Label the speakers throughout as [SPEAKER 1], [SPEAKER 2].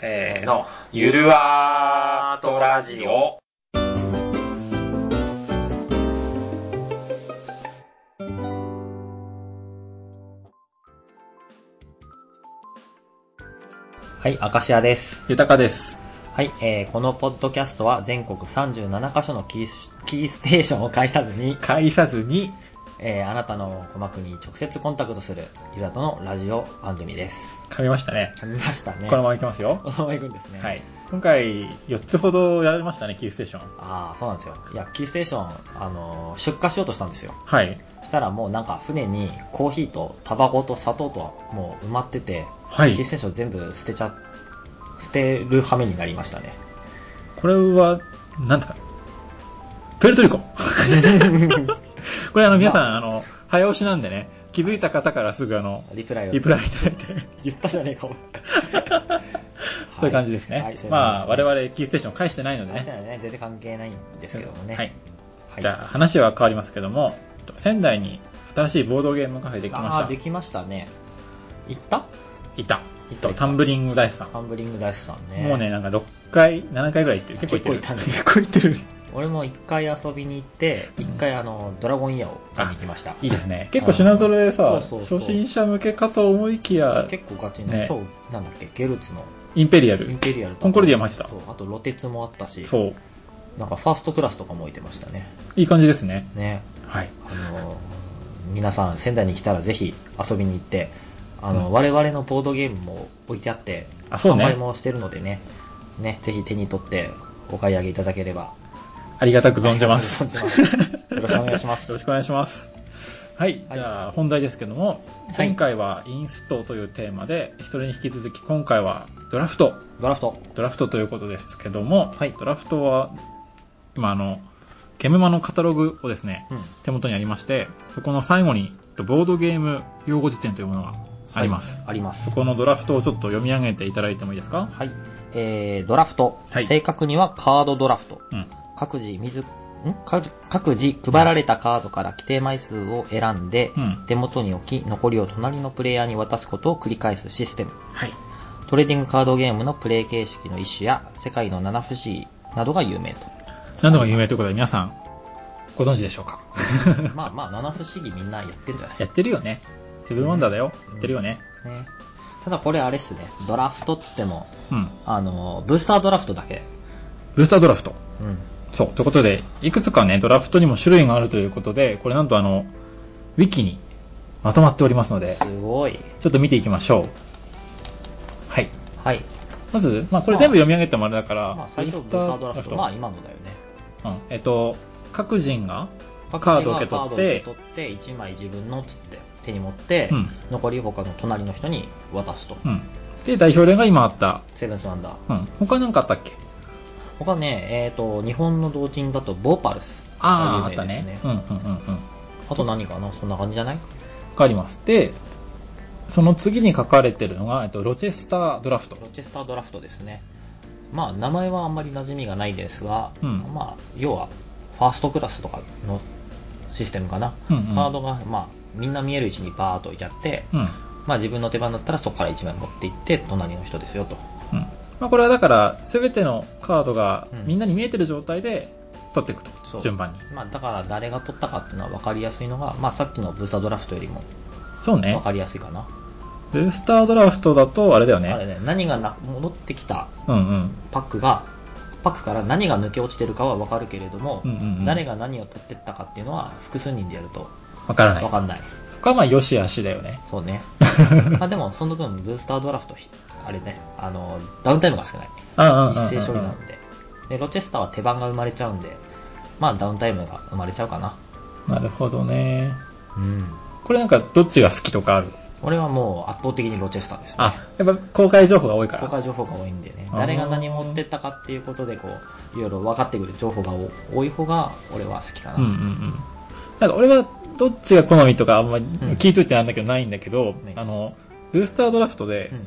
[SPEAKER 1] せーの、ゆるわーとラジオ。
[SPEAKER 2] はい、アカシアです。
[SPEAKER 3] 豊かです。
[SPEAKER 2] はい、えー、このポッドキャストは全国37カ所のキースキーステーションを介さずに、
[SPEAKER 3] 介さずに、
[SPEAKER 2] えー、あなたの鼓膜に直接コンタクトする、ゆらとのラジオ番組です。
[SPEAKER 3] 噛みましたね。
[SPEAKER 2] 噛みましたね。
[SPEAKER 3] この ままいきますよ。
[SPEAKER 2] このまま行くんですね。
[SPEAKER 3] はい。今回、4つほどやられましたね、キーステーション。
[SPEAKER 2] ああ、そうなんですよ。いや、キーステーション、あのー出荷しようとしたんですよ。
[SPEAKER 3] はい。
[SPEAKER 2] したらもうなんか船にコーヒーとタバコと砂糖ともう埋まってて、
[SPEAKER 3] は
[SPEAKER 2] キー
[SPEAKER 3] い
[SPEAKER 2] ス。テーション全部捨てちゃ、捨てる羽目になりましたね。
[SPEAKER 3] これは、なんですかプエルトリ コ。これあの、皆さん、あの、早押しなんでね、気づいた方からすぐあの、
[SPEAKER 2] リプライを。
[SPEAKER 3] リプライいただい て、
[SPEAKER 2] 言ったじゃねえか、お前
[SPEAKER 3] そういう感じです
[SPEAKER 2] は
[SPEAKER 3] ね
[SPEAKER 2] い。そういう感じですね
[SPEAKER 3] まあ、我々キーステーション返してないので
[SPEAKER 2] 話した
[SPEAKER 3] ね。
[SPEAKER 2] らね、全然関係ないんですけどもね。
[SPEAKER 3] はい。
[SPEAKER 2] はい。
[SPEAKER 3] じゃあ、話は変わりますけども、仙台に新しいボードゲームカフェでき
[SPEAKER 2] あ
[SPEAKER 3] ま
[SPEAKER 2] ーで
[SPEAKER 3] し
[SPEAKER 2] きましたね。行った
[SPEAKER 3] た。いた。
[SPEAKER 2] 行った行った
[SPEAKER 3] タンブリングダイスさん。
[SPEAKER 2] ハンブリング大師さんね。
[SPEAKER 3] もうね、。なんか6回、7回ぐらい行ってる。結構行ってる。結構行ってる。
[SPEAKER 2] 俺も一回遊びに行って、一回あの、ドラゴンイヤーを買いに行きました。
[SPEAKER 3] いいです ね。結構品揃え
[SPEAKER 2] あー
[SPEAKER 3] さ、
[SPEAKER 2] そうそうそう
[SPEAKER 3] 初心者向けかと思いきや、
[SPEAKER 2] 結構ガチな、
[SPEAKER 3] ね
[SPEAKER 2] 今日、なんだっけ、ゲルツの
[SPEAKER 3] インペリア
[SPEAKER 2] イン
[SPEAKER 3] ル。
[SPEAKER 2] ペリアルとか
[SPEAKER 3] コンコルディアも入ってた
[SPEAKER 2] そうあとロテツもあったし、
[SPEAKER 3] そう。
[SPEAKER 2] なんかファーストクラスとかも置いてましたね。
[SPEAKER 3] いい感じですね。
[SPEAKER 2] ね。
[SPEAKER 3] はい。
[SPEAKER 2] あのー皆さん仙台に来たらぜひ遊びに行ってあの、我々のボードゲームも置いてあって
[SPEAKER 3] あそうね
[SPEAKER 2] 販売もしてるのでねねぜひ手に取ってお買い上げいただければ
[SPEAKER 3] ありがたく存じます。
[SPEAKER 2] 存じますよろしくお願いします
[SPEAKER 3] よろしくお願いします。はい。じゃあ、本題ですけども、
[SPEAKER 2] はい
[SPEAKER 3] 前回はインストというテーマで、それに引き続き今回はドラフト。
[SPEAKER 2] ドラフト
[SPEAKER 3] ドラフトということですけども、
[SPEAKER 2] はい
[SPEAKER 3] ドラフトは、今あの、ゲムマのカタログをですね、
[SPEAKER 2] うん
[SPEAKER 3] 手元にありまして、そこの最後に、ボードゲーム用語辞典というものがあります。
[SPEAKER 2] はいあります
[SPEAKER 3] そこのドラフトをちょっと読み上げていただいてもいいですか
[SPEAKER 2] はい、えー、ドラフト、
[SPEAKER 3] はい
[SPEAKER 2] 正確にはカードドラフト
[SPEAKER 3] うん。
[SPEAKER 2] 各自自ん各各自配られたカードから規定枚数を選んで、
[SPEAKER 3] うん
[SPEAKER 2] 手元に置き残りを隣のプレイヤーに渡すことを繰り返すシステム
[SPEAKER 3] はい。
[SPEAKER 2] トレーディングカードゲームのプレイ形式の一種や世界の七不思議などが有名 と。
[SPEAKER 3] 何度が有名ということで皆さん、ご存知でしょうか
[SPEAKER 2] まあまあ七不思議みんなやってんじゃな い、
[SPEAKER 3] やってるよね。セブンワンダーだよ。やってるよね。
[SPEAKER 2] ね、ただこれあれっすね、ドラフトって言っても、
[SPEAKER 3] うん。
[SPEAKER 2] あの、ブースタードラフトだけ。
[SPEAKER 3] ブースタードラフト。
[SPEAKER 2] うん。
[SPEAKER 3] そう。ということで、いくつかね、ドラフトにも種類があるということで、これなんとあの、ウィキにまとまっておりますので、
[SPEAKER 2] すごい。
[SPEAKER 3] ちょっと見ていきましょう。はい。
[SPEAKER 2] はい。
[SPEAKER 3] まず、まあ、これ全部読み上げてもあれだから、
[SPEAKER 2] まあ最初ブースタードラフト、まあ
[SPEAKER 3] い
[SPEAKER 2] 今のだよね。
[SPEAKER 3] うん、えっと、各人がカードを受け取って
[SPEAKER 2] カード、を受け取って、1枚自分のっつって手に持って、
[SPEAKER 3] うん
[SPEAKER 2] 残り他の隣の人に渡すと。
[SPEAKER 3] うん。で、代表例が今あった。
[SPEAKER 2] セブンスワンダー。
[SPEAKER 3] うん。他なんかあったっけ
[SPEAKER 2] 他ね、えっ、と、日本の同人だとボーパルス。
[SPEAKER 3] ああ、あっ
[SPEAKER 2] 有名
[SPEAKER 3] た
[SPEAKER 2] です
[SPEAKER 3] ね。うんうんうんうん。
[SPEAKER 2] あと何かなそんな感じじゃない
[SPEAKER 3] わかります。で、その次に書かれてるのが、えっと、ロチェスタードラフト。
[SPEAKER 2] ロチェスタードラフトですね。まあ、名前はあんまり馴染みがないですが、
[SPEAKER 3] うん
[SPEAKER 2] まあ、要は、ファーストクラスとかのシステムかな。
[SPEAKER 3] うんうん
[SPEAKER 2] カードが、まあ、みんな見える位置にバーっと置いてあって、
[SPEAKER 3] うん。うん。
[SPEAKER 2] まあ、自分の手番だったらそこから1枚持っていって、隣の人ですよと。
[SPEAKER 3] まあ、これはだから、すべてのカードが
[SPEAKER 2] うん
[SPEAKER 3] みんなに見えてる状態で取っていく
[SPEAKER 2] そ
[SPEAKER 3] と。
[SPEAKER 2] う
[SPEAKER 3] 順番に。
[SPEAKER 2] まあ、だから誰が取ったかっていうのは分かりやすいのが、まあ、さっきのブースタードラフトよりも
[SPEAKER 3] そうね
[SPEAKER 2] 分。かりやすいかな。
[SPEAKER 3] ブースタードラフトだと、あれだよ
[SPEAKER 2] あれ
[SPEAKER 3] ね。
[SPEAKER 2] ね、何がな戻ってきた
[SPEAKER 3] うんうん。
[SPEAKER 2] パックが、パックから何が抜け落ちてるかは分かるけれども、
[SPEAKER 3] うんうんうん
[SPEAKER 2] 誰が何を取ってったかっていうのは複数人でやると
[SPEAKER 3] わからない。
[SPEAKER 2] 分かんない。
[SPEAKER 3] そこはまあ、よし悪しだよ ね。
[SPEAKER 2] そ うね。まあでも、その分、ブースタードラフトひ、あれね、あの、ダウンタイムが少ない。一斉処理なので。で、ロチェスターは手番が生まれちゃうんで、まあダウンタイムが生まれちゃうかな。
[SPEAKER 3] なるほどね。
[SPEAKER 2] うん。
[SPEAKER 3] これなんかどっちが好きとかある
[SPEAKER 2] 俺はもう圧倒的にロチェスターですね。
[SPEAKER 3] あ、やっぱ公開情報が多いから。
[SPEAKER 2] 公開情報が多いんでね、
[SPEAKER 3] あー
[SPEAKER 2] 誰が何持ってったかっていうことで、こう、いろいろ分かってくる情報が多多い方が、俺は好きかな。
[SPEAKER 3] うんうんうん。なんか俺はどっちが好みとかあんまり
[SPEAKER 2] ん
[SPEAKER 3] 聞いといてなんだけどないんだけど、
[SPEAKER 2] ね
[SPEAKER 3] あの、ブースタードラフトで、
[SPEAKER 2] うん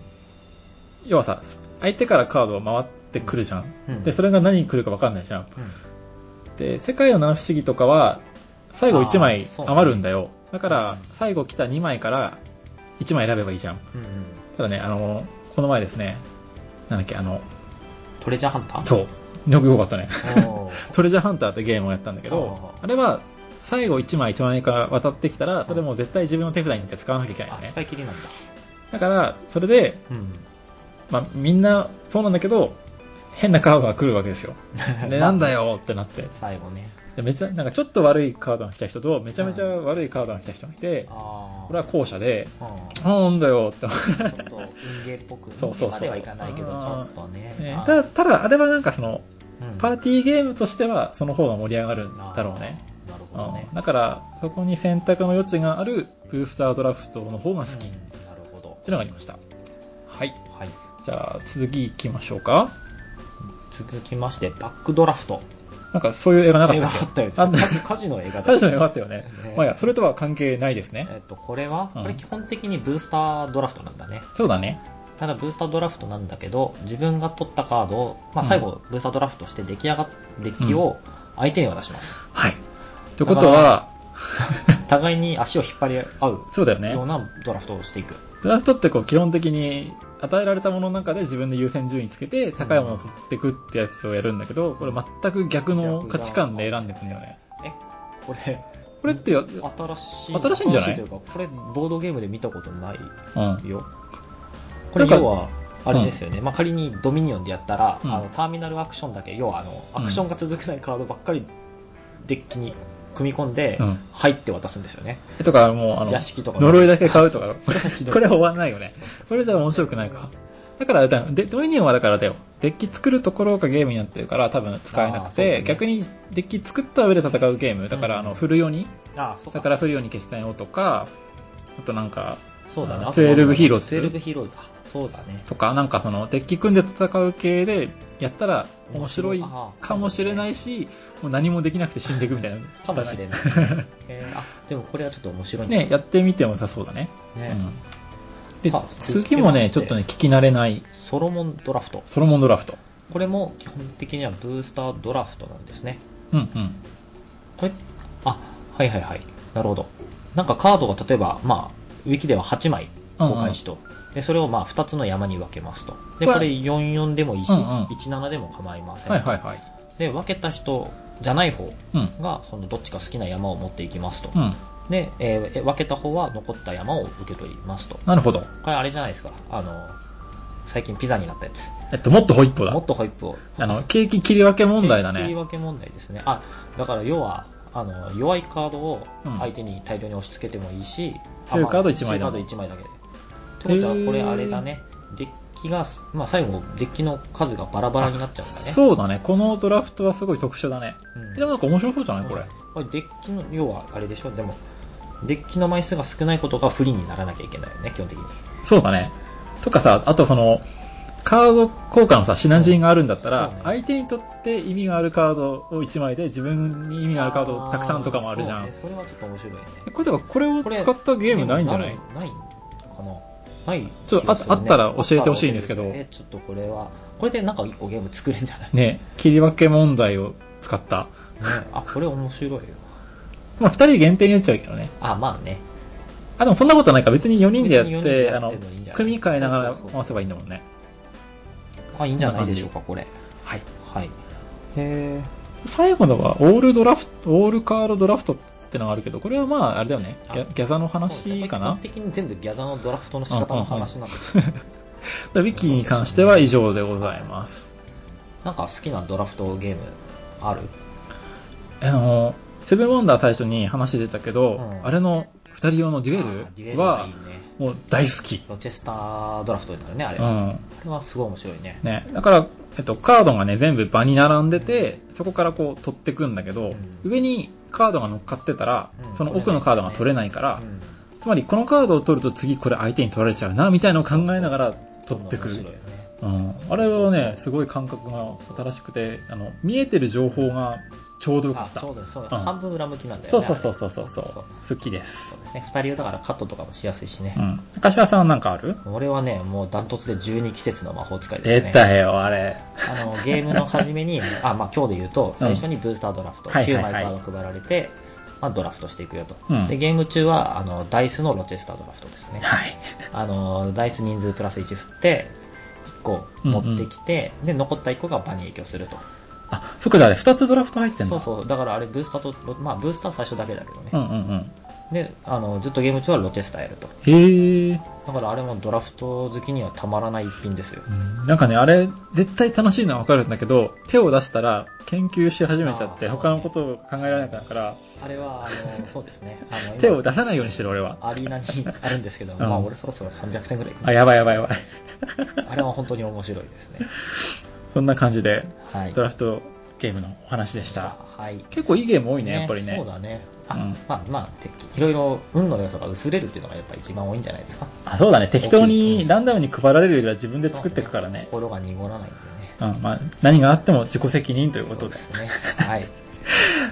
[SPEAKER 3] 要はさ、相手からカードを回ってくるじゃん。
[SPEAKER 2] うん
[SPEAKER 3] で、それが何に来るか分かんないじゃん。
[SPEAKER 2] うん
[SPEAKER 3] で、世界の七不思議とかは、最後1
[SPEAKER 2] あー
[SPEAKER 3] 枚
[SPEAKER 2] そうね
[SPEAKER 3] 余るんだよ。だから
[SPEAKER 2] う、
[SPEAKER 3] 最後来た2枚から1枚選べばいいじゃん。
[SPEAKER 2] うんうん
[SPEAKER 3] ただね、あの、この前ですね、なんだっけ、あの、
[SPEAKER 2] トレジャーハンターう。
[SPEAKER 3] そう。よくよかったね
[SPEAKER 2] おー。
[SPEAKER 3] トレジャーハンターってゲームをやったんだけど
[SPEAKER 2] あ、ー
[SPEAKER 3] あれは、最後1枚隣から渡ってきたら、それもう絶対自分の手札にって使わなきゃいけないよ
[SPEAKER 2] あ、
[SPEAKER 3] ね
[SPEAKER 2] 使。い切りなんだ。
[SPEAKER 3] だから、それで、
[SPEAKER 2] うん。。
[SPEAKER 3] まあ、みんなそうなんだけど、変なカードが来るわけですよで、なんだよってなって。
[SPEAKER 2] 最後ね。
[SPEAKER 3] でめちゃ、なんかちょっと悪いカードが来た人と、めちゃめちゃ悪いカードが来た人がいて、
[SPEAKER 2] ああ。
[SPEAKER 3] これは後者で、
[SPEAKER 2] うんち
[SPEAKER 3] なんだよって。
[SPEAKER 2] ょっと、運ゲーっぽく、
[SPEAKER 3] そうそうそう
[SPEAKER 2] 運ゲーまではいかないけど、ちょっとね。
[SPEAKER 3] ね
[SPEAKER 2] あー
[SPEAKER 3] ただ、ただあれはなんかその、
[SPEAKER 2] うん
[SPEAKER 3] パーティーゲームとしては、その方が盛り上がるんだろうね。
[SPEAKER 2] あーなるほどね
[SPEAKER 3] うん。だから、そこに選択の余地があるブースタードラフトの方が好きってい
[SPEAKER 2] うんなるほど。
[SPEAKER 3] うのがありました。はい。
[SPEAKER 2] はい。
[SPEAKER 3] じゃあ、次行きましょうか。
[SPEAKER 2] 続きまして、バックドラフト。
[SPEAKER 3] なんかそういう映画なかっ
[SPEAKER 2] 映
[SPEAKER 3] た
[SPEAKER 2] 画
[SPEAKER 3] っ
[SPEAKER 2] あ
[SPEAKER 3] け
[SPEAKER 2] ったよ。
[SPEAKER 3] あ
[SPEAKER 2] カジカジの映画だ
[SPEAKER 3] 大したのよかったよね
[SPEAKER 2] ね。
[SPEAKER 3] まあいや、それとは関係ないですね。
[SPEAKER 2] えっと、これは、
[SPEAKER 3] うん
[SPEAKER 2] これ基本的にブースタードラフトなんだね。
[SPEAKER 3] そうだね。
[SPEAKER 2] ただブースタードラフトなんだけど、自分が取ったカードを、まあ
[SPEAKER 3] うん
[SPEAKER 2] 最後、ブースタードラフトして出来上がっ、デッキを相手に渡し ます。
[SPEAKER 3] はい。ということは、
[SPEAKER 2] 互いに足を引っ張り合う
[SPEAKER 3] そうだよ
[SPEAKER 2] よう
[SPEAKER 3] ね。
[SPEAKER 2] なドラフトをしていく。
[SPEAKER 3] ドラフトってこう基本的に与えられたものの中で自分で優先順位つけて高いものを取っていくってやつをやるんだけど、これ全く逆の価値観で選んでいくんだよね。
[SPEAKER 2] え、これ、
[SPEAKER 3] これってや、う
[SPEAKER 2] 新しい。
[SPEAKER 3] 新しいんじゃない
[SPEAKER 2] というか、これ、ボードゲームで見たことない
[SPEAKER 3] ん。
[SPEAKER 2] よ。これ、
[SPEAKER 3] だから
[SPEAKER 2] 要は、あれですよね。まあ、仮にドミニオンでやったら、
[SPEAKER 3] うん
[SPEAKER 2] あの、ターミナルアクションだけ、要は、あの、
[SPEAKER 3] うん
[SPEAKER 2] アクションが続かないカードばっかり、デッキに組み込んで
[SPEAKER 3] うん、
[SPEAKER 2] 入って渡すんですよね。
[SPEAKER 3] とか、もう、あの
[SPEAKER 2] 屋敷と、か
[SPEAKER 3] 呪いだけ買う とか、これ
[SPEAKER 2] ひどい
[SPEAKER 3] これ終わんないよね。これじゃ面白くないか。だから、だでドミニオンはだからだよ。デッキ作るところがゲームになってるから、多分使えな
[SPEAKER 2] あー
[SPEAKER 3] く
[SPEAKER 2] そうだ
[SPEAKER 3] て、
[SPEAKER 2] ね
[SPEAKER 3] 逆にデッキ作った上で戦うゲーム。だから、あ
[SPEAKER 2] うん
[SPEAKER 3] の、振るように、
[SPEAKER 2] ああ、そう
[SPEAKER 3] だ
[SPEAKER 2] か
[SPEAKER 3] か。ら振るように決戦をとか、あとなんか、
[SPEAKER 2] そうだね。
[SPEAKER 3] あ12ヒーローズ
[SPEAKER 2] ズ。12ヒーローズだ。そうだね。
[SPEAKER 3] とか、なんかその、デッキ組んで戦う系でやったら面白い
[SPEAKER 2] 面白いあー
[SPEAKER 3] かもしれないし、もう何もできなくて死んでいくみたいな。
[SPEAKER 2] かもしれない。 えーあ、でもこれはちょっと面白いんだ
[SPEAKER 3] ね、やってみても良さそうだね。
[SPEAKER 2] ね
[SPEAKER 3] うんで
[SPEAKER 2] さあ
[SPEAKER 3] 次もね、ちょ
[SPEAKER 2] 続
[SPEAKER 3] っ
[SPEAKER 2] きまして
[SPEAKER 3] とね、聞き慣れない
[SPEAKER 2] ソロモンドラフト。
[SPEAKER 3] ソロモンドラフト。
[SPEAKER 2] これも基本的にはブースタードラフトなんですね。
[SPEAKER 3] うんうん。
[SPEAKER 2] これ、あ、はいはいはい。なるほど。なんかカードが例えば、まあ、ウィキでは8枚公開しと。で、それをまあ2つの山に分けますと。で、
[SPEAKER 3] これ
[SPEAKER 2] これ44でもいいし、
[SPEAKER 3] うんうん
[SPEAKER 2] 17でも構いません。
[SPEAKER 3] はいはいはい。
[SPEAKER 2] で、分けた人じゃない方
[SPEAKER 3] うん。
[SPEAKER 2] が、そのどっちか好きな山を持っていきますと。
[SPEAKER 3] うん。
[SPEAKER 2] で、えーえ分けた方は残った山を受け取りますと。
[SPEAKER 3] なるほど。
[SPEAKER 2] これあれじゃないですか。あの、最近ピザになったやつ。
[SPEAKER 3] えっと、もっとホイップ
[SPEAKER 2] も
[SPEAKER 3] だ
[SPEAKER 2] っ。とホイップを。
[SPEAKER 3] あの、ケーキ切り分け問題だ
[SPEAKER 2] 切り
[SPEAKER 3] ね。
[SPEAKER 2] 分け問題ですね。あ、だから要は、あの、弱いカードを
[SPEAKER 3] うん
[SPEAKER 2] 相手に大量に押し付けてもいい
[SPEAKER 3] 強
[SPEAKER 2] し、
[SPEAKER 3] い
[SPEAKER 2] あまあ
[SPEAKER 3] カード一枚だ
[SPEAKER 2] 強いカード1枚だけで。ってことは、これあれだね。デッキが、まあ最後、デッキの数がバラバラになっちゃうんだね。う。
[SPEAKER 3] そうだね。このドラフトはすごい特殊だね。
[SPEAKER 2] うん
[SPEAKER 3] でもなんか面白そうじゃないこれ。
[SPEAKER 2] これデッキの、要はあれでしょ。でも、デッキの枚数が少ないことが不利にならなきゃいけないよね、基本的に。
[SPEAKER 3] そうだね。とかさ、あとその、カード効果のさ、シナジーがあるんだった
[SPEAKER 2] そう
[SPEAKER 3] ら
[SPEAKER 2] ね、
[SPEAKER 3] 相手にとって意味があるカードを1枚で、自分に意味があるカードをたくさんとかもあるじゃ
[SPEAKER 2] そうんね。それはちょっと面白いね。
[SPEAKER 3] これだからこれを
[SPEAKER 2] これ
[SPEAKER 3] 使ったゲームないんじゃない
[SPEAKER 2] でもないかなない
[SPEAKER 3] ちょっとあ
[SPEAKER 2] 気がするね
[SPEAKER 3] あったら教えてほしいんですけど
[SPEAKER 2] あったら教えてほしいですねちょっとこれは、これでなんか一個ゲーム作れるんじゃないね
[SPEAKER 3] ね、切り分け問題を使った。
[SPEAKER 2] あ、これ面白いよ。
[SPEAKER 3] まあ、2人限定になっちゃうけどね。
[SPEAKER 2] あ、まあね。
[SPEAKER 3] あ、でもそんなことないか。別に4人でや
[SPEAKER 2] 別に
[SPEAKER 3] っ
[SPEAKER 2] 四人
[SPEAKER 3] て、
[SPEAKER 2] でや
[SPEAKER 3] あ
[SPEAKER 2] っ
[SPEAKER 3] の
[SPEAKER 2] てもいいんじゃない、
[SPEAKER 3] 組み替えながら
[SPEAKER 2] そうそうそう
[SPEAKER 3] 回せばいいんだもんね。
[SPEAKER 2] あ、いいんじゃないでしょうか、これ。
[SPEAKER 3] はい。
[SPEAKER 2] はい。へ
[SPEAKER 3] 最後のは、オールドラフト、オールカードドラフトってのがあるけど、これはまあ、あれだよね。ギャギャザの話か
[SPEAKER 2] 基本
[SPEAKER 3] な。
[SPEAKER 2] 的に全部ギャザーのドラフトの仕方の話 なんで、
[SPEAKER 3] ウィキに関しては以上でございます。
[SPEAKER 2] なんか好きなドラフトゲームある
[SPEAKER 3] あの、セブンワンダー最初に話出たけど、
[SPEAKER 2] うん
[SPEAKER 3] あれの2人用のデ
[SPEAKER 2] デ
[SPEAKER 3] ュエ
[SPEAKER 2] デュエ
[SPEAKER 3] ル
[SPEAKER 2] ルが
[SPEAKER 3] はい
[SPEAKER 2] い、ね。
[SPEAKER 3] もう大好き。
[SPEAKER 2] ロチェスタードラフトになるね、あれ
[SPEAKER 3] う
[SPEAKER 2] は。
[SPEAKER 3] ん。
[SPEAKER 2] あれはすごい面白いね。
[SPEAKER 3] ね、だから、えっと、カードがね、全部場に並んでて、そこからこう取ってくんだけど、
[SPEAKER 2] うん
[SPEAKER 3] 上にカードが乗っかってたら、
[SPEAKER 2] うん
[SPEAKER 3] その奥のカードが取れないから、
[SPEAKER 2] うん
[SPEAKER 3] つまりこのカードを取ると次これ相手に取られちゃうな、みたいなのを考えながら取ってく
[SPEAKER 2] 面
[SPEAKER 3] る
[SPEAKER 2] 白。いよね。
[SPEAKER 3] うん、あれはね、すごい感覚が新しくて、あの、見えてる情報がちょうどよか
[SPEAKER 2] あ
[SPEAKER 3] った。
[SPEAKER 2] そう
[SPEAKER 3] そ
[SPEAKER 2] だよそうだ
[SPEAKER 3] う
[SPEAKER 2] よ
[SPEAKER 3] ん
[SPEAKER 2] 半分裏向きなんだよ
[SPEAKER 3] う
[SPEAKER 2] ね
[SPEAKER 3] そうそう
[SPEAKER 2] あ
[SPEAKER 3] そうそうそう
[SPEAKER 2] そ
[SPEAKER 3] 好
[SPEAKER 2] う。
[SPEAKER 3] きで
[SPEAKER 2] れそ
[SPEAKER 3] す
[SPEAKER 2] う。ですね2人用だからカットとかもしやすいしね
[SPEAKER 3] う、ん。柏さんはなんかある
[SPEAKER 2] 俺はねもうダントツで12季節の魔法使いで
[SPEAKER 3] 出
[SPEAKER 2] すね
[SPEAKER 3] たよ、あれ。
[SPEAKER 2] あのゲームの初 めにあ、まあ、今日で言うと最初にブースタードラフト、
[SPEAKER 3] はいはい
[SPEAKER 2] 9
[SPEAKER 3] はい
[SPEAKER 2] 枚カード配られて、まあ、ドラフトしていくよと、
[SPEAKER 3] うん
[SPEAKER 2] でゲーム中はあのダイスのロチェスタードラフトですね
[SPEAKER 3] はい。
[SPEAKER 2] あのダイス人数プラス1振って1個持ってきて、で、残った1個が場に影響すると。
[SPEAKER 3] あ、そっか、じゃああれ、2つドラフト入ってんだ。
[SPEAKER 2] そうそう、だからあれブースターと、まあブースターは最初だけだけどね。
[SPEAKER 3] うんうん
[SPEAKER 2] で、あの、ずっとゲーム中はロチェスターやると。
[SPEAKER 3] うん。へえ。
[SPEAKER 2] だからあれもドラフト好きにはたまらない一品ですよ。
[SPEAKER 3] うんなんかね、あれ、絶対楽しいのはわかるんだけど、手を出したら研究し始めちゃって、
[SPEAKER 2] あー
[SPEAKER 3] 他のことを考えられなくなるから、
[SPEAKER 2] あれは、あの、そう ですね。あの、今
[SPEAKER 3] 手を出さないようにしてる俺は。
[SPEAKER 2] アリーナにあるんですけど、
[SPEAKER 3] ん
[SPEAKER 2] まあ俺そろそろ300戦ぐらい行く
[SPEAKER 3] あ、やばいやばいやばい。
[SPEAKER 2] あれは本当に面白いですね。
[SPEAKER 3] そんな感じで、
[SPEAKER 2] はい。
[SPEAKER 3] ドラフトゲームのお話でした。
[SPEAKER 2] はい。
[SPEAKER 3] 結構いいゲーム多いね、やっぱりね。
[SPEAKER 2] そうだね。あ、
[SPEAKER 3] うん
[SPEAKER 2] まあまあ、てっきいろいろ運の要素が薄れるっていうのがやっぱ一番多いんじゃないですか。
[SPEAKER 3] あそうだね、適当
[SPEAKER 2] 大きい
[SPEAKER 3] に
[SPEAKER 2] うん
[SPEAKER 3] ランダムに配られるよりは自分で作っていくからね。
[SPEAKER 2] 心が濁らないんでね。
[SPEAKER 3] うん、まあ、何があっても自己責任ということです。
[SPEAKER 2] そうですね。はい。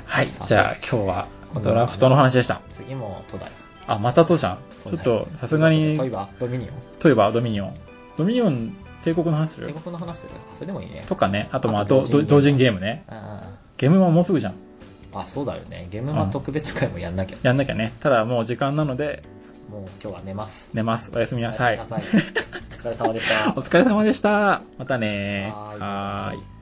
[SPEAKER 3] はい、
[SPEAKER 2] さあ
[SPEAKER 3] じゃあ今日はドラフトの話でした。
[SPEAKER 2] 次も都大。
[SPEAKER 3] あ、また父ちゃん。
[SPEAKER 2] そ
[SPEAKER 3] ちょ
[SPEAKER 2] うだ
[SPEAKER 3] っ
[SPEAKER 2] ね
[SPEAKER 3] と、さすがに、
[SPEAKER 2] 例
[SPEAKER 3] 例
[SPEAKER 2] えば、ドミニオン。
[SPEAKER 3] えばドミニオン。ドミニオン、帝国の話する
[SPEAKER 2] 帝国の話するそれでもいいね。
[SPEAKER 3] とかね、あとまあ、
[SPEAKER 2] あと
[SPEAKER 3] ど
[SPEAKER 2] 同人ゲー
[SPEAKER 3] ど
[SPEAKER 2] ム
[SPEAKER 3] 同人ゲームね。
[SPEAKER 2] あ
[SPEAKER 3] ゲームはもうすぐじゃん。
[SPEAKER 2] あ、あそうだよね。ゲームマ特別会もやんなきゃ。
[SPEAKER 3] やんなきゃね。ただもう時間なので、
[SPEAKER 2] もう今日は寝ます。
[SPEAKER 3] 寝ます。おやすみなさい。
[SPEAKER 2] おやすみなさいお疲れ様でした
[SPEAKER 3] お。疲れ様でした。またね
[SPEAKER 2] はーい
[SPEAKER 3] はーい。